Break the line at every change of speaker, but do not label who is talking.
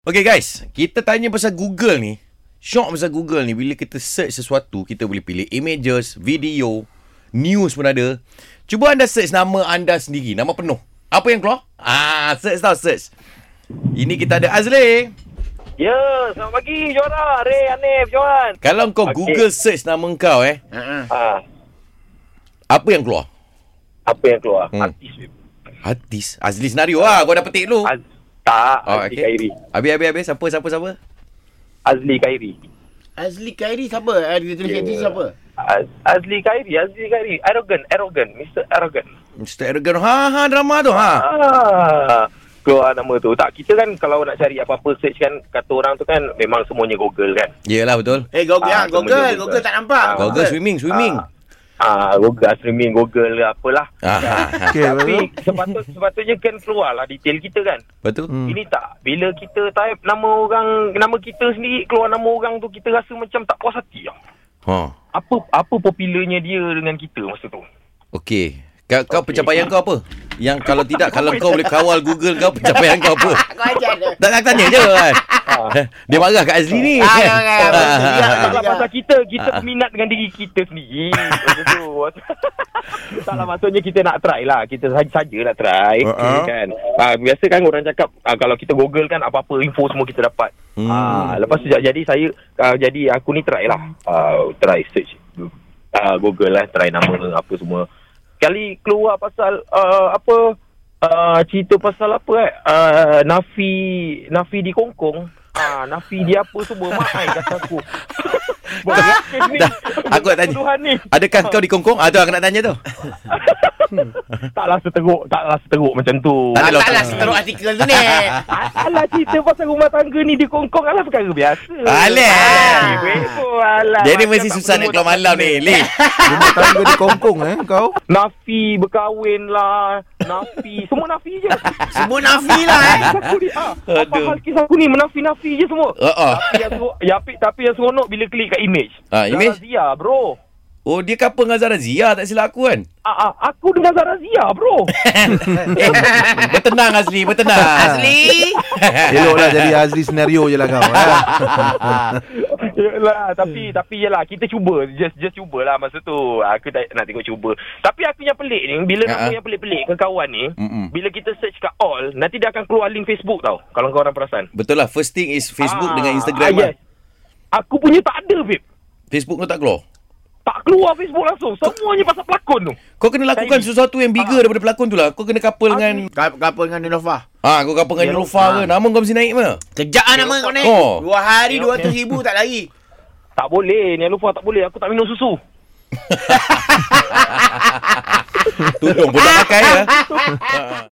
Okay guys, kita tanya pasal Google ni. Syok pasal Google ni bila kita search sesuatu, kita boleh pilih images, video, news pun ada. Cuba anda search nama anda sendiri, nama penuh. Apa yang keluar? Ah, search tau, search. Ini kita ada Azli.
Ya, selamat pagi Jora, Ray, Hanif, Johan.
Kalau kau
Okey.
Google search nama kau eh,
Ha,
apa yang keluar?
apa yang keluar?
Hmm.
Artis.
Artis. Azli senario lah, kau dah petik dulu.
Az, tak,
Oh,
Azli
okey.
Khairi.
Habis, habis, habis. Siapa, siapa, siapa?
Azli Khairi.
Azli Khairi siapa? Eh, Dia tulis yeah. siapa?
Az, Azli Khairi, Azli Khairi. Arrogant, arrogant, Mr. Arrogant.
Mr. Arrogant. Ha, ha, drama tu, ha.
Ah, keluar nama tu. Tak, kita kan kalau nak cari apa-apa search kan, kata orang tu kan memang semuanya Google kan.
Yelah, betul.
Eh Google,
Ah,
ah, Google,
Google.
Google tak nampak.
Ah.
Google swimming, swimming.
Ah, Google, streaming, Google, apalah.
Ha, ha, ha.
Okay,
Tapi sepatut, sepatutnya kan keluarlah detail kita kan.
Betul?
Hmm. Ini tak bila kita type nama orang nama kita sendiri keluar nama orang tu kita rasa macam tak puas hati lah.
Ha.
Apa apa popularnya dia dengan kita masa tu?
Okey. Kau, kau pencapaian kau apa? Yang kalau tidak kalau kau boleh kawal Google kau pencapaian kau apa?
Kau ajar dia.
Tak nak tanya je kan. Dia marah kat Azli ni.
Ah, jangan, jangan.
Ah,
Betul juga,
ah,
betul
Taklah
juga.
pasal kita kita
Ah, ah.
peminat dengan diri kita sendiri. masa tu. Taklah maksudnya kita nak try lah. Kita saja saja nak try
Uh-uh.
kan. Ah biasa kan orang cakap ah, kalau kita Google kan apa-apa info semua kita dapat.
Hmm.
Ah lepas tu ja- jadi saya ah, jadi aku ni try lah. Ah try search ah, Google lah try nama apa semua. Kali keluar pasal ah, apa ah, cerita pasal apa eh ah, Nafi Nafi di Kongkong. Ah Nafi dia apa semua mahai kata aku. Bukan ni.
Dah, aku nak tanya.
Tuduhan ni.
Adakah kau di Kongkong? Ah tu aku nak tanya tu.
Taklah lah seteruk, taklah seteruk macam tu.
Tak
Tak
ada lah.
lah seteruk artikel tu ni. eh.
Alah cerita pasal rumah tangga ni di Kong Kong alah perkara biasa.
Alah.
Ah, bego, alah.
eh. Jadi
Macam
mesti
tak
susah
perlu
nak keluar
tak
malam
perlu.
ni. Leh.
Rumah tangga di Kongkong eh kau.
Nafi berkahwin lah. Nafi. Semua Nafi je.
Semua nafi lah eh.
aku ni ah. Apa
Aduh.
hal kisah aku ni menafi-nafi je semua.
Ha ah.
Tapi yang, seru- ya, tapi, tapi yang seronok bila klik kat image.
Ah, image?
Zarazia, bro.
Oh dia couple dengan Zara Zia tak silap aku kan.
Ah, ah, aku dengan Zarazia, bro.
Eh, bertenang Azli, bertenang.
Azli.
Eloklah jadi Azli senario je lah kau. Ha?
Yalah, tapi tapi yalah kita cuba just just cubalah masa tu. Aku tak, nak tengok cuba. Tapi aku yang pelik ni bila
Ha,
nama
ha.
yang pelik-pelik ke kawan ni,
Mm-mm.
bila kita search kat all, nanti dia akan keluar link Facebook tau. Kalau kau orang perasan.
Betul lah first thing is Facebook
Ah,
dengan
ah,
Instagram lah.
yes. Aku punya tak ada babe.
Facebook kau tak keluar.
Tak keluar Facebook langsung. Semuanya pasal pelakon tu.
Kau kena lakukan
Saya-
sesuatu yang bigger daripada pelakon tu lah. Kau kena couple dengan
Kau apa dengan Nilofah?
Ah, kau couple dengan
Ya,
Nurfa ke?
ah.
Nama kau mesti naik ke?
Kejap lah nama kau ni.
Oh.
Dua hari dua ratus ribu tak lari.
Tak boleh, ni lupa tak boleh. Aku tak minum susu.
Tutup pun tak pakai ya.